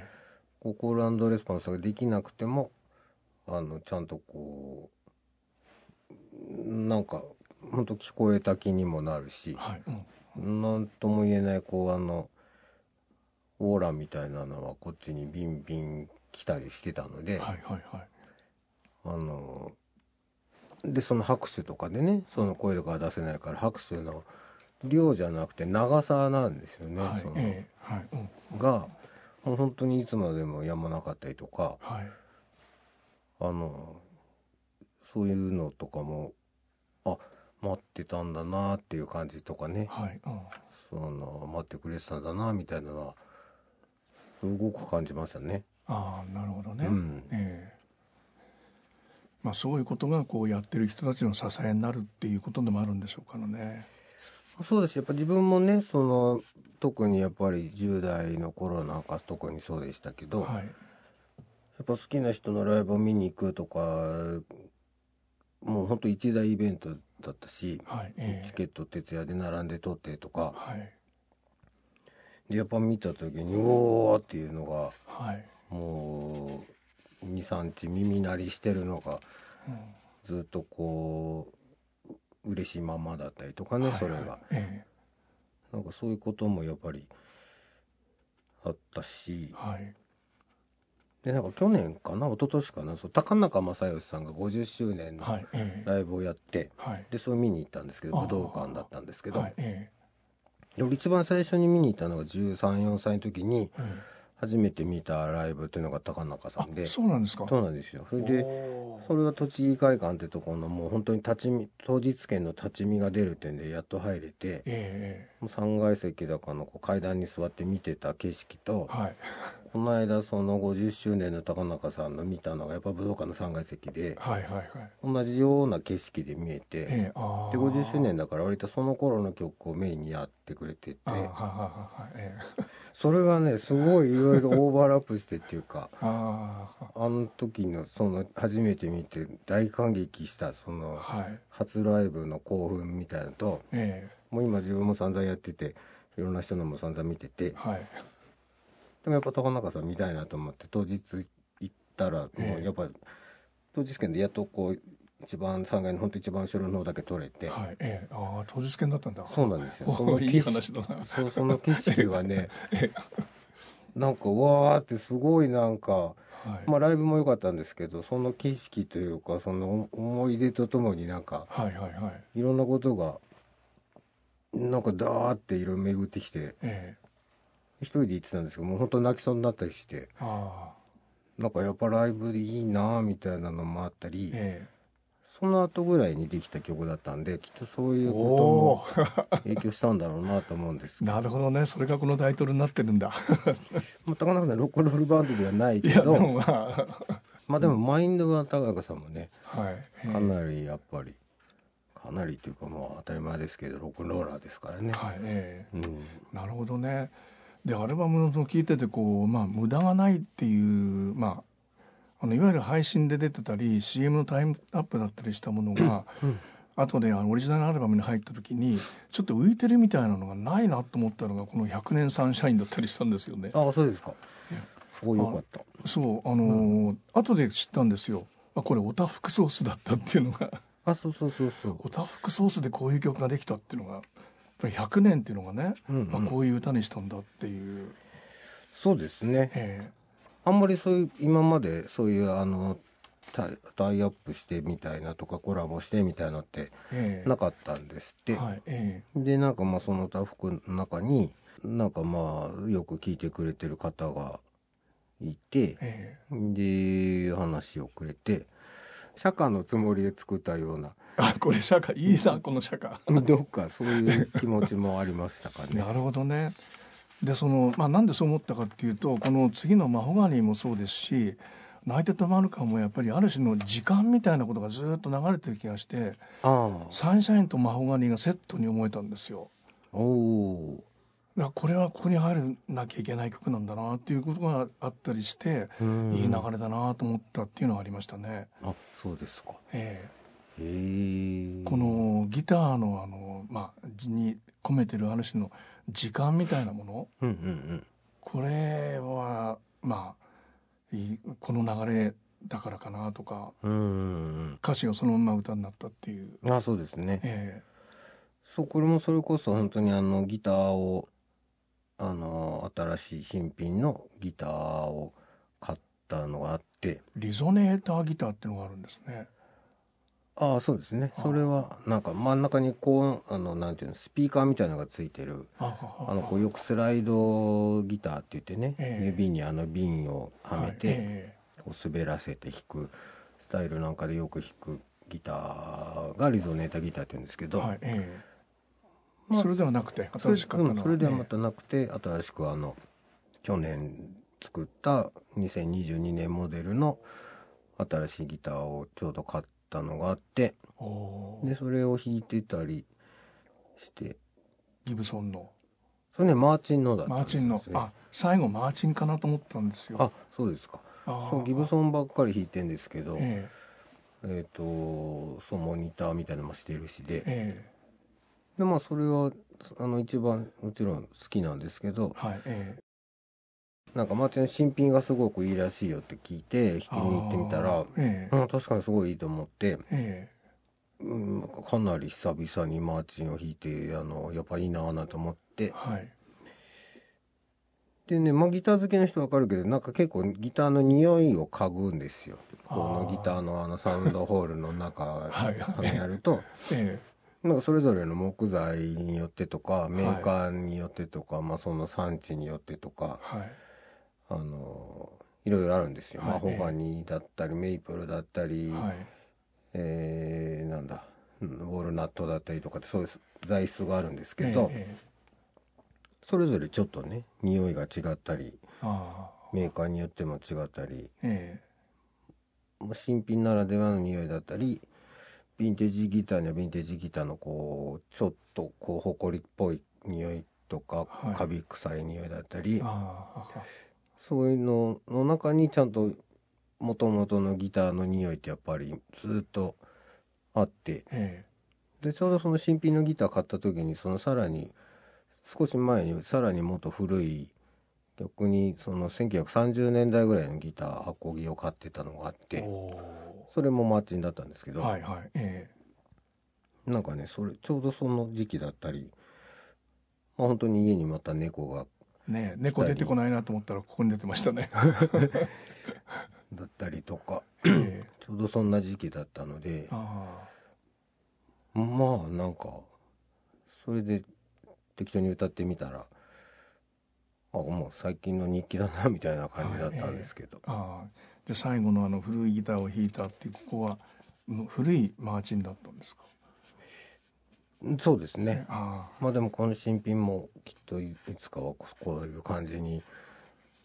B: こうコールレスポンスができなくてもあのちゃんとこうなんかほんと聞こえた気にもなるし
A: はい、うん
B: 何とも言えないこうあのオーラみたいなのはこっちにビンビン来たりしてたので、
A: はいはいはい
B: あのでその拍手とかでねその声とか出せないから拍手の量じゃなくて長さなんですよね、
A: はい
B: その
A: ええはいうん
B: がもう本当にいつまでもやまなかったりとか。
A: はい
B: あのそういうのとかもあ待ってたんだなっていう感じとかね
A: はいうん
B: その待ってくれてたんだなみたいなのはすごく感じましたね。
A: ああなるほどね、
B: うん
A: ええまあそういうことがこうやってる人たちの支えになるっていうことでもあるんでしょうからね
B: そうですやっぱ自分もねその特にやっぱり10代の頃なんか特にそうでしたけど、や
A: はい
B: っぱ好きな人のライブを見に行くとかもうほんと一大イベントだったし、
A: はいえ
B: チ
A: え
B: ケット徹夜で並んで取ってとか
A: はい
B: でやっぱ見た時に「おー!」っていうのが
A: はい、
B: もう23日耳鳴りしてるのが
A: うん
B: ずっとこうう嬉しいままだったりとかね、それ
A: はいは
B: が
A: いえ
B: なんかそういうこともやっぱりあったし
A: えはい
B: でなんか去年かな一昨年かなそう高中正義さんが50周年の
A: はいええ
B: ライブをやって、
A: はい
B: でそれ見に行ったんですけど
A: あー
B: 武道館だったんですけど、
A: はいえ
B: で俺一番最初に見に行ったのが134歳の時に
A: えうん
B: 初めて見たライブっていうのが高中さ
A: あ
B: んで
A: そうなんですか
B: そうなんですよそれで
A: おー
B: それが栃木会館ってところのもう本当に立ち見当日券の立ち見が出るってんでやっと入れて
A: ええ
B: もう3階席だかのこう階段に座って見てた景色と
A: はい
B: この間その50周年の高中さんの見たのがやっぱ武道館の3階席で
A: はいはいはい
B: 同じような景色で見え
A: え
B: て
A: えああ
B: で50周年だから割とその頃の曲をメインにやってくれてて
A: ああはいはいはいはいええ
B: それがねすごいいろいろオーバーラップしてっていうか
A: ああ
B: あの時のその初めて見て大感激したその。
A: はい
B: 初ライブの興奮みたいなのと
A: え
B: もう今自分も散々やってていろんな人のも散々見てて
A: えはい
B: でもやっぱ高中さん見たいなと思って当日行ったらも
A: ええ
B: うやっぱ当日券でやっとこう一番3階のほんと一番後ろの方だけ取れて
A: はいええああ当日券だったんだ
B: そうなんですよそ
A: お
B: の
A: いい
B: 景
A: 話
B: 色
A: だな
B: そうその景色が ねなんかわーってすごいなんか
A: はい、
B: まあライブも良かったんですけどその景色というかその思い出とともになんか
A: はいはいはい
B: いろんなことがなんかダーっていろいろ巡ってきて
A: ええ
B: 一人で行ってたんですけどもう本当泣きそうになったりして
A: ああ
B: なんかやっぱライブでいいなーみたいなのもあったり
A: え
B: その後ぐらいにできた曲だったんできっとそうい
A: え
B: う
A: お
B: こ
A: お
B: とも影響したんだろうなと思う んですけ
A: ー
B: ど
A: なるほどねそれがこのタイトルになってるんだ
B: まあ高中さんロックンロールバンドではない
A: い
B: け
A: やでも
B: ど
A: まあ
B: まあでもマインドは高中さんもね
A: はい、え
B: かなりやっぱりかなりというかまあ当たり前ですけどロックンローラーですからね
A: え。はいえ
B: うん
A: えなるほどねでアルバムの聴いててこうまあ無駄がないっていうまああのいわゆる配信で出てたり CM のタイムアップだったりしたものが、
B: うん
A: 後であのオリジナルアルバムに入った時にちょっと浮いてるみたいなのがないなと思ったのがこの「100年サンシャイン」だったりしたんですよね。
B: ああそうですか。およかった。
A: そうあのー後で知ったんですよまあ、これオタフクソースだったっていうのが
B: あそうそうそうそう
A: オタフクソースでこういう曲ができたっていうのがやっぱり100年っていうのがね、
B: うんうん
A: まあ、こういう歌にしたんだっていう、
B: そうですね
A: え
B: あんまりそういう今までそういうあのタイタイアップしてみたいなとかコラボしてみたいなって
A: ーえー
B: なかったんですって、
A: はいえ
B: でなんかまあそのタフクの中になんかまあよく聞いてくれてる方がいて
A: ーえ
B: で話をくれて釈迦のつもりで作ったような
A: ーあこれ釈迦いいなこの釈迦。
B: どっかそういう気持ちもありましたかね。
A: なるほどね。でその、まあ、なんでそう思ったかっていうとこの次の「マホガニー」もそうですし「泣いてたまるか」もやっぱりある種の時間みたいなことがずっと流れてる気がして
B: ああ
A: サンシャインとマホガニーがセットに思えたんですよ。
B: おお
A: だからこれはここに入らなきゃいけない曲なんだなっていうことがあったりして、
B: ーうん
A: いい流れだなと思ったっていうのがありましたね。
B: あそうですか
A: え
B: へえ
A: えこのギターのあの、まあ、字に込めてるある種の時間みたいなもの
B: うんうんうん
A: これはまあいいこの流れだからかなとか
B: うんうん
A: 歌詞がそのまま歌になったっていう、
B: うんあそうですね
A: え
B: そうこれもそれこそ本当にあのギターをあの新しい新品のギターを買ったのがあって
A: えリゾネーターギターっていうのがあるんですね。
B: ああそうですね
A: あー
B: それはなんか真ん中にこうあのなんていうのスピーカーみたいなのがついてる
A: あ
B: あのこうよくスライドギターって言ってね、
A: ええ
B: 指にあの瓶をはめて、
A: はいえ
B: こう滑らせて弾くスタイルなんかでよく弾くギターがリゾネータギターって言うんですけ
A: え
B: ど、
A: はいええ
B: まあ
A: それではなくて
B: それ
A: 新しかったのは、
B: うんそれではまたなくて新しくあの去年作った2022年モデルの新しいギターをちょうど買ったのがあって
A: ええおー
B: でそれを弾いてたりして
A: ギブソンの
B: それねマーチンのだった
A: マー
B: んで
A: チ
B: すよね
A: ンの、あ最後マーチンかなと思ったんですよ。
B: あそうですか
A: あー
B: そうギブソンばっかり弾いてんですけど、
A: え
B: えっ、とそうモニターみたいなのもしてるし
A: え
B: で
A: ええ
B: でまあそれはあの一番もちろん好きなんですけど
A: はいえ
B: なんかマーチンの新品がすごくいいらしいよって聞いて
A: え
B: 弾きに行ってみたら
A: あ、ーええ
B: うん、確かにすごいいいと思って、
A: え
B: うん、かなり久々にマーチンを弾いてあのやっぱいいなぁなと思って
A: えはい
B: でね、まあ、ギター好きな人わかるけどなんか結構ギターの匂いを嗅ぐんですよこの
A: あー
B: ギターのあのサウンドホールの中
A: はい
B: にやると。
A: え
B: なんかそれぞれの木材によってとかメーカーによってとか、まあその産地によってとか
A: えはい
B: あのいろいろあるんですよ。
A: はい
B: まあ、ホガニーだったりメイプルだったり、
A: はい
B: えーなんだうんウォールナットだったりとかってそういう材質があるんですけ
A: え
B: ど、
A: えええ
B: それぞれちょっとね匂いが違ったり
A: ああ
B: メーカーによっても違ったり
A: え
B: もう新品ならではの匂いだったりヴィンテージギターにはヴィンテージギターのこうちょっとこう埃っぽい匂いとか、
A: はい
B: カビ臭い匂いだった
A: え
B: り
A: ああ
B: そういうのの中にちゃんと元々のギターの匂いってやっぱりずっとあって
A: え
B: でちょうどその新品のギター買った時にそのさらに少し前にさらにもっと古い逆にその1930年代ぐらいのギターアコギを買ってたのがあっ
A: え
B: て
A: お
B: それもマーチンだったんですけ
A: ー
B: ど、
A: はいはいえ
B: なんかねそれちょうどその時期だったり、まあ本当に家にまた猫が
A: えねえ猫出てこないなと思ったらここに出てました ね
B: だったりとか
A: ええ
B: ちょうどそんな時期だったので
A: あ
B: まあなんかそれで適当に歌ってみたらあもう最近の日記だなみたいな感じだったんですけど、
A: あああで最後のあの古いギターを弾いたっていうここはうん古いマーチンだったんですか
B: うんそうですね
A: あ
B: まあでもこの新品もきっといつかはここういう感じに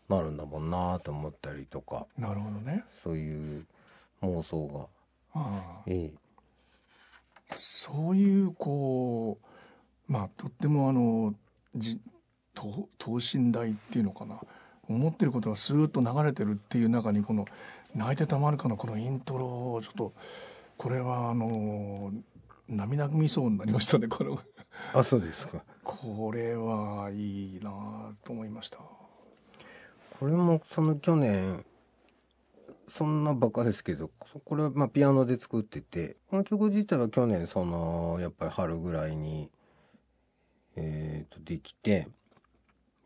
B: なるんだもんなと思ったりとか
A: あなるほどね
B: そういう妄想が、
A: あ
B: ええ
A: あそういうこうまあとってもあのじ等等身大っていうのかな思ってることがスーッと流れてるっていう中にこの「泣いてたまるか」のこのイントロをちょっとこれはあの涙ぐみそうになりましたね これは
B: あそうですか
A: これはいいなあと思いました。
B: これもその去年そんなバカですけどこれはまあピアノで作っててこの曲自体は去年そのやっぱり春ぐらいに、えー、とできて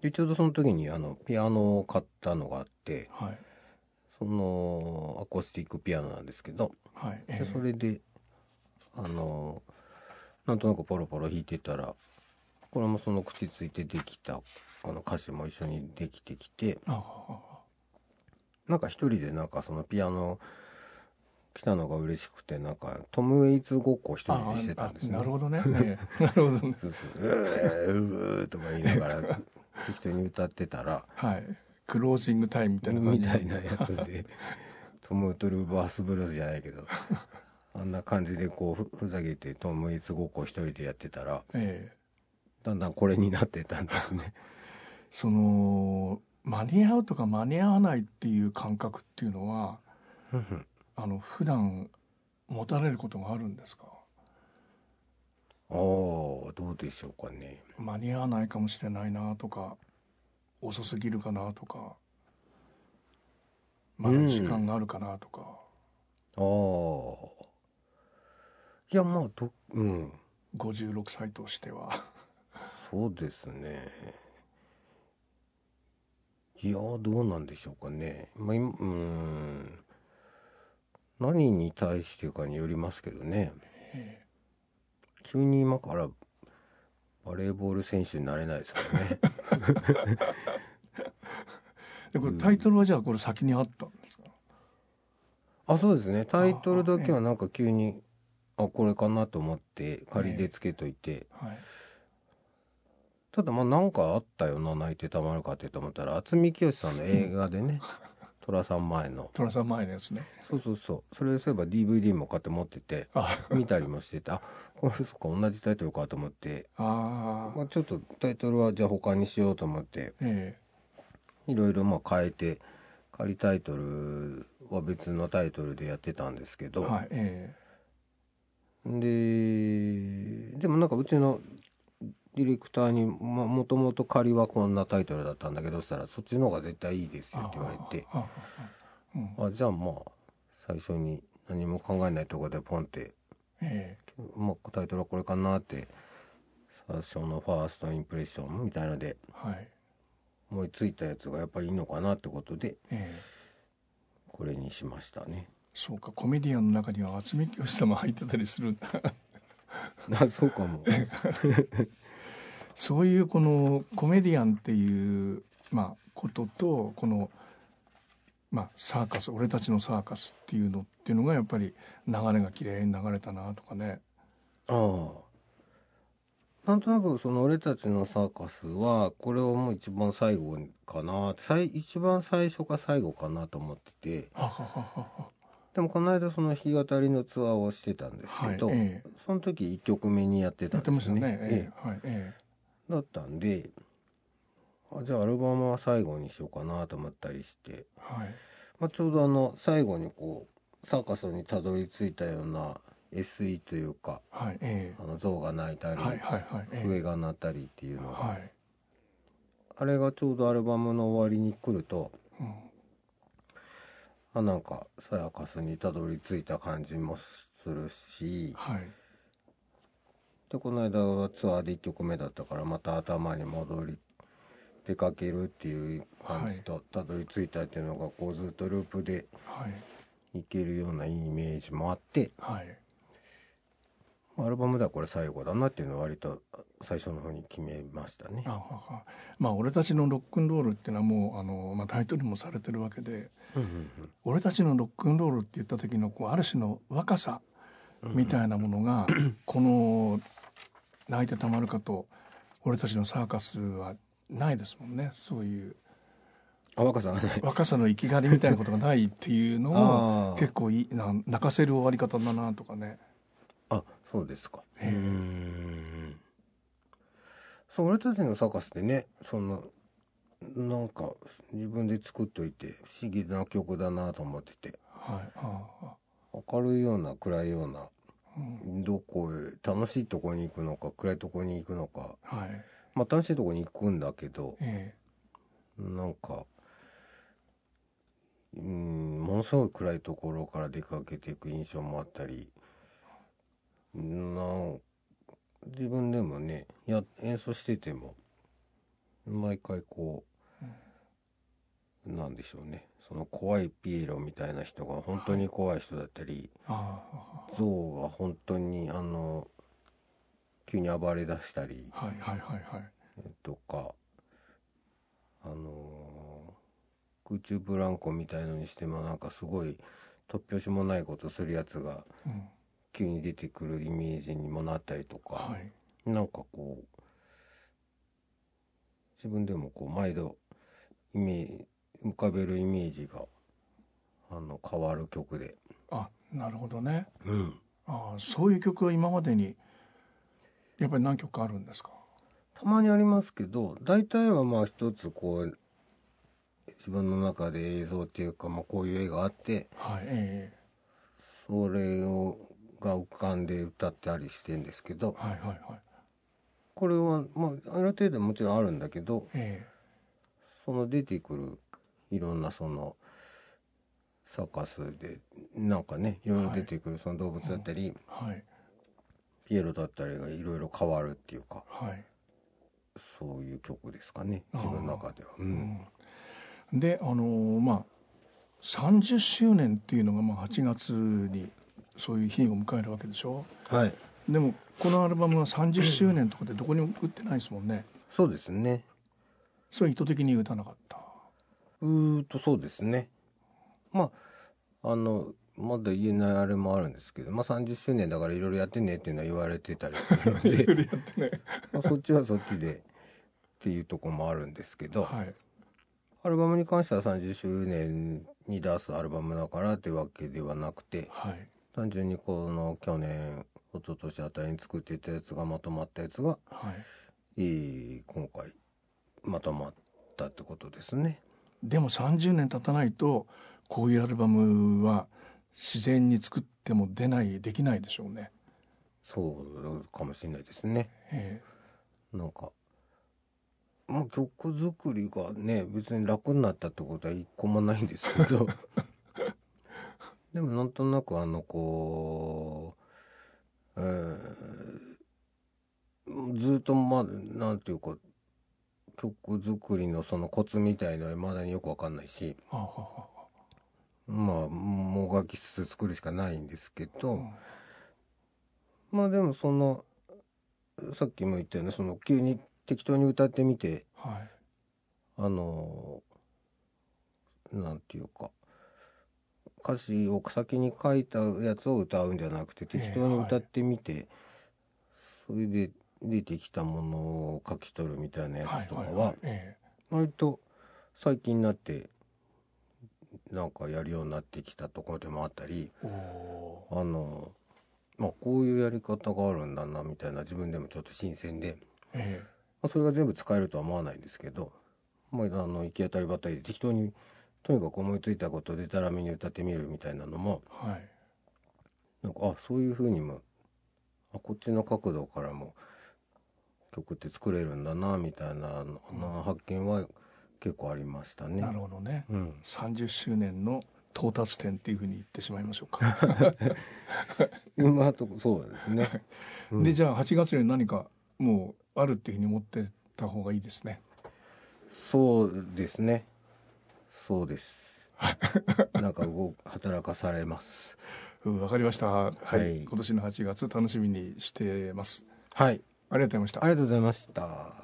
B: でちょうどその時にあのピアノを買ったのがあって
A: はい
B: そのアコースティックピアノなんですけど
A: はい、え
B: で
A: ー
B: それであのなんとなくポロポロ弾いてたらこれもその口ついてできたあの歌詞も一緒にできてきて
A: ああ
B: なんか一人でなんかそのピアノ来たのが嬉しくてなんかトム・ウェイツごっこを一
A: あ
B: 人でしてたんですね。
A: なるほど ね、ええなるほどね
B: そうそううーうーとか言いながら 適当に歌ってたら
A: はいクロージングタイムみたいな感じ
B: みたいなやつでトム・トルバース・ブルースじゃないけどあんな感じでこうふふざけてトム・ウェイツごっこを一人でやってたら
A: ええ
B: だんだんこれになってたんですね。
A: その間に合うとか間に合わないっていう感覚っていうのはあの普段持たれることがあるんですか
B: ああどうでしょうかね。
A: 間に合わないかもしれないなとか遅すぎるかなとかまだ時間があるかなとか、
B: ああいやまあどうん
A: 56歳としては
B: そうですね。いやーどうなんでしょうかね。まあ、今うーん何に対してかによりますけどね。
A: え
B: 急に今からバレーボール選手になれないですからね。
A: えでこれタイトルはじゃあこれ先にあったんですか、
B: あそうですねタイトルだけはなんか急にあこれかなと思って仮でつけといて
A: はい、
B: ただまあなんかあったよな泣いてたまるかってと思ったら渥美清さんの映画でね寅さん前の
A: 寅さん前のやつね
B: そうそうそうそれそういえば DVD も買って持ってて
A: あ
B: 見たりもしててあこれそっか同じタイトルかと思って、
A: あ
B: まあ、ちょっとタイトルはじゃあ他にしようと思って
A: え
B: いろいろまあ変えて仮タイトルは別のタイトルでやってたんですけ
A: え
B: ど、
A: はいえ
B: ででもなんかうちのディレクターにまあもともと仮はこんなタイトルだったんだけどそしたらそっちの方が絶対いいです
A: え
B: よって言われて
A: あああうん
B: あじゃあまあ最初に何も考えないところでポンって、
A: え
B: まあ、タイトルはこれかなって最初のファーストインプレッションみたいので
A: えはい
B: 思いついたやつがやっぱいいのかなってことで
A: ええ
B: これにしました ね。
A: そうかコメディアンの中には渥美清さんも入ってたりするん だ
B: あそうかも。
A: そういうこのコメディアンっていう、まあ、こととこの、まあ、サーカス俺たちのサーカスっていうのっていうのがやっぱり流れが綺麗に流れたなとかね。
B: ああなんとなくその俺たちのサーカスはこれをもう一番最後かな最一番最初か最後かなと思ってて
A: はははは
B: でもこの間その弾き語りのツアーをしてたんです
A: は
B: け
A: い
B: ど、
A: ええ
B: その時1曲目にやってた
A: や
B: ん
A: って
B: で
A: ますすよね。
B: え
A: ええはいえ
B: えだったんであじゃあアルバムは最後にしようかなと思ったりして、
A: えはい
B: まあ、ちょうどあの最後にこうサーカスにたどり着いたような SE というか
A: はいえ
B: あの象が鳴いた
A: え
B: り、
A: はいはいはいええ
B: 笛が鳴ったりっていうのが。
A: はい
B: あれがちょうどアルバムの終わりに来ると
A: うん
B: あなんかサヤカスにたどり着いた感じもするし
A: はい
B: でこの間はツアーで1曲目だったからまた頭に戻り出かけるっていう感じとたどり着いたっていうのがこうずっとループで
A: はい
B: いけるようなイメージもあって
A: はい
B: アルバムではこれ最後だなっていうのは割と最初の方に決めましたね
A: あ。ははまあ俺たちのロックンロールっていうのはもうあの、まあ、タイトルもされてるわけで
B: うんうん
A: 俺たちのロックンロールって言った時のこうある種の若さみたいなもの が、この「泣いてたまるか」と「俺たちのサーカス」はないですもんねそういう
B: あ若さ がない。
A: 若さの生きがりみたいなことがないっていうの
B: あ
A: を
B: ー
A: 結構いいな泣かせる終わり方だなとかね。
B: あそうですか。
A: ええ
B: うんそう俺たちのサーカスってねそのなんか自分で作っといて不思議な曲だなと思ってて
A: はい、ああ
B: 明るいような暗いような
A: うん
B: どこへ楽しいとこに行くのか暗いとこに行くのか
A: はい
B: まあ楽しいとこに行くんだけど
A: ええ
B: なんかうんもののすごい暗いところから出かけていく印象もあったりなん自分でもねや演奏してても毎回こう、なんでしょうねその怖いピエロみたいな人が本当に怖い人だったり、
A: あ
B: 象が本当にあの急に暴れ出したり
A: あはいはいはいはい
B: とかあのー空中ブランコみたいのにしてもなんかすごい突拍子もないことするやつが
A: うん
B: 急に出てくるイメージにもなったりとか、
A: はい
B: なんかこう自分でもこう毎度イメージ浮かべるイメージがあの変わる曲で、
A: あなるほどね
B: うん、
A: ああそういう曲は今までにやっぱり何曲かあるんですか
B: たまにありますけど大体はまあ一つこう自分の中で映像っていうか、まあ、こういう絵があって
A: はいえ
B: それをが浮かんで歌ったりしてんですけど
A: えはいはいはい
B: これはまあある程度もちろんあるんだけど
A: え
B: その出てくるいろんなそのサーカスでなんかねいろいろ出てくるその動物だったり、
A: えはい
B: ピエロだったりがいろいろ変わるっていうか
A: はい
B: そういう曲ですかね自分の中では。うん
A: であのーまあ30周年っていうのがまあ8月にそういう日を迎えるわけでしょ
B: はい、
A: でもこのアルバムは30周年とかでどこにも売ってないですもんね
B: そうですね
A: それは意図的に打たなかった
B: うーんとそうですねまああのまだ言えないあれもあるんですけど、まあ、30周年だからいろいろやってねっていうのは言われてたりするので
A: やってね
B: まあそっちはそっちでっていうとこもあるんですけど、
A: はい
B: アルバムに関しては30周年に出すアルバムだからってわけではなくて
A: はい
B: 単純にこの去年一昨年あたりに作っていたやつがまとまったやつが、
A: はい
B: えー今回まとまったってことですね。
A: でも30年経たないとこういうアルバムは自然に作っても出ないできないでしょうね、
B: そうかもしれないですね。
A: え
B: なんか、まあ、曲作りがね別に楽になったってことは一個もないんですけどでもなんとなくあのこう、えーずっとまあなんていうか曲作りのそのコツみたいのはまだによくわかんない
A: え
B: し
A: あはは
B: まあもがきつつ作るしかないんですけど。
A: うん
B: まあでもそのさっきも言ったようなその急に適当に歌ってみて
A: はい
B: あのなんていうか歌詞を先に書いたやつを歌うんじゃなくて
A: ええ
B: 適当に歌ってみて、それで出てきたものを書き取るみたいなや
A: はい
B: つとか
A: い
B: はい
A: え
B: 割と最近になってなんかやるようになってきたところでもあったり。
A: えお
B: あのまあこういうやり方があるんだなみたいな自分でもちょっと新鮮で、
A: ーえ
B: まあ、それが全部使えるとは思わないんですけど、まあ、あの行き当たりばったりで適当にとにかく思いついたことをでたらめに歌ってみるみたいなのも
A: えはい
B: なんかあそういうふうにもあこっちの角度からも曲って作れるんだなみたいなのの発見は結構ありましたね
A: な。るほどね
B: うん、
A: 30周年の到達点っていうふうに言ってしまいましょう か
B: 今あとそうですね。うん
A: でじゃあ8月に何かもうあるっていうふうに持ってた方がいいですね
B: そうですね。そう です。なんか動働かされます。
A: うんわかりましたはい、
B: はい
A: 今年の8月楽しみにしてます
B: はい、
A: ありがとうございました
B: ありがとうございました。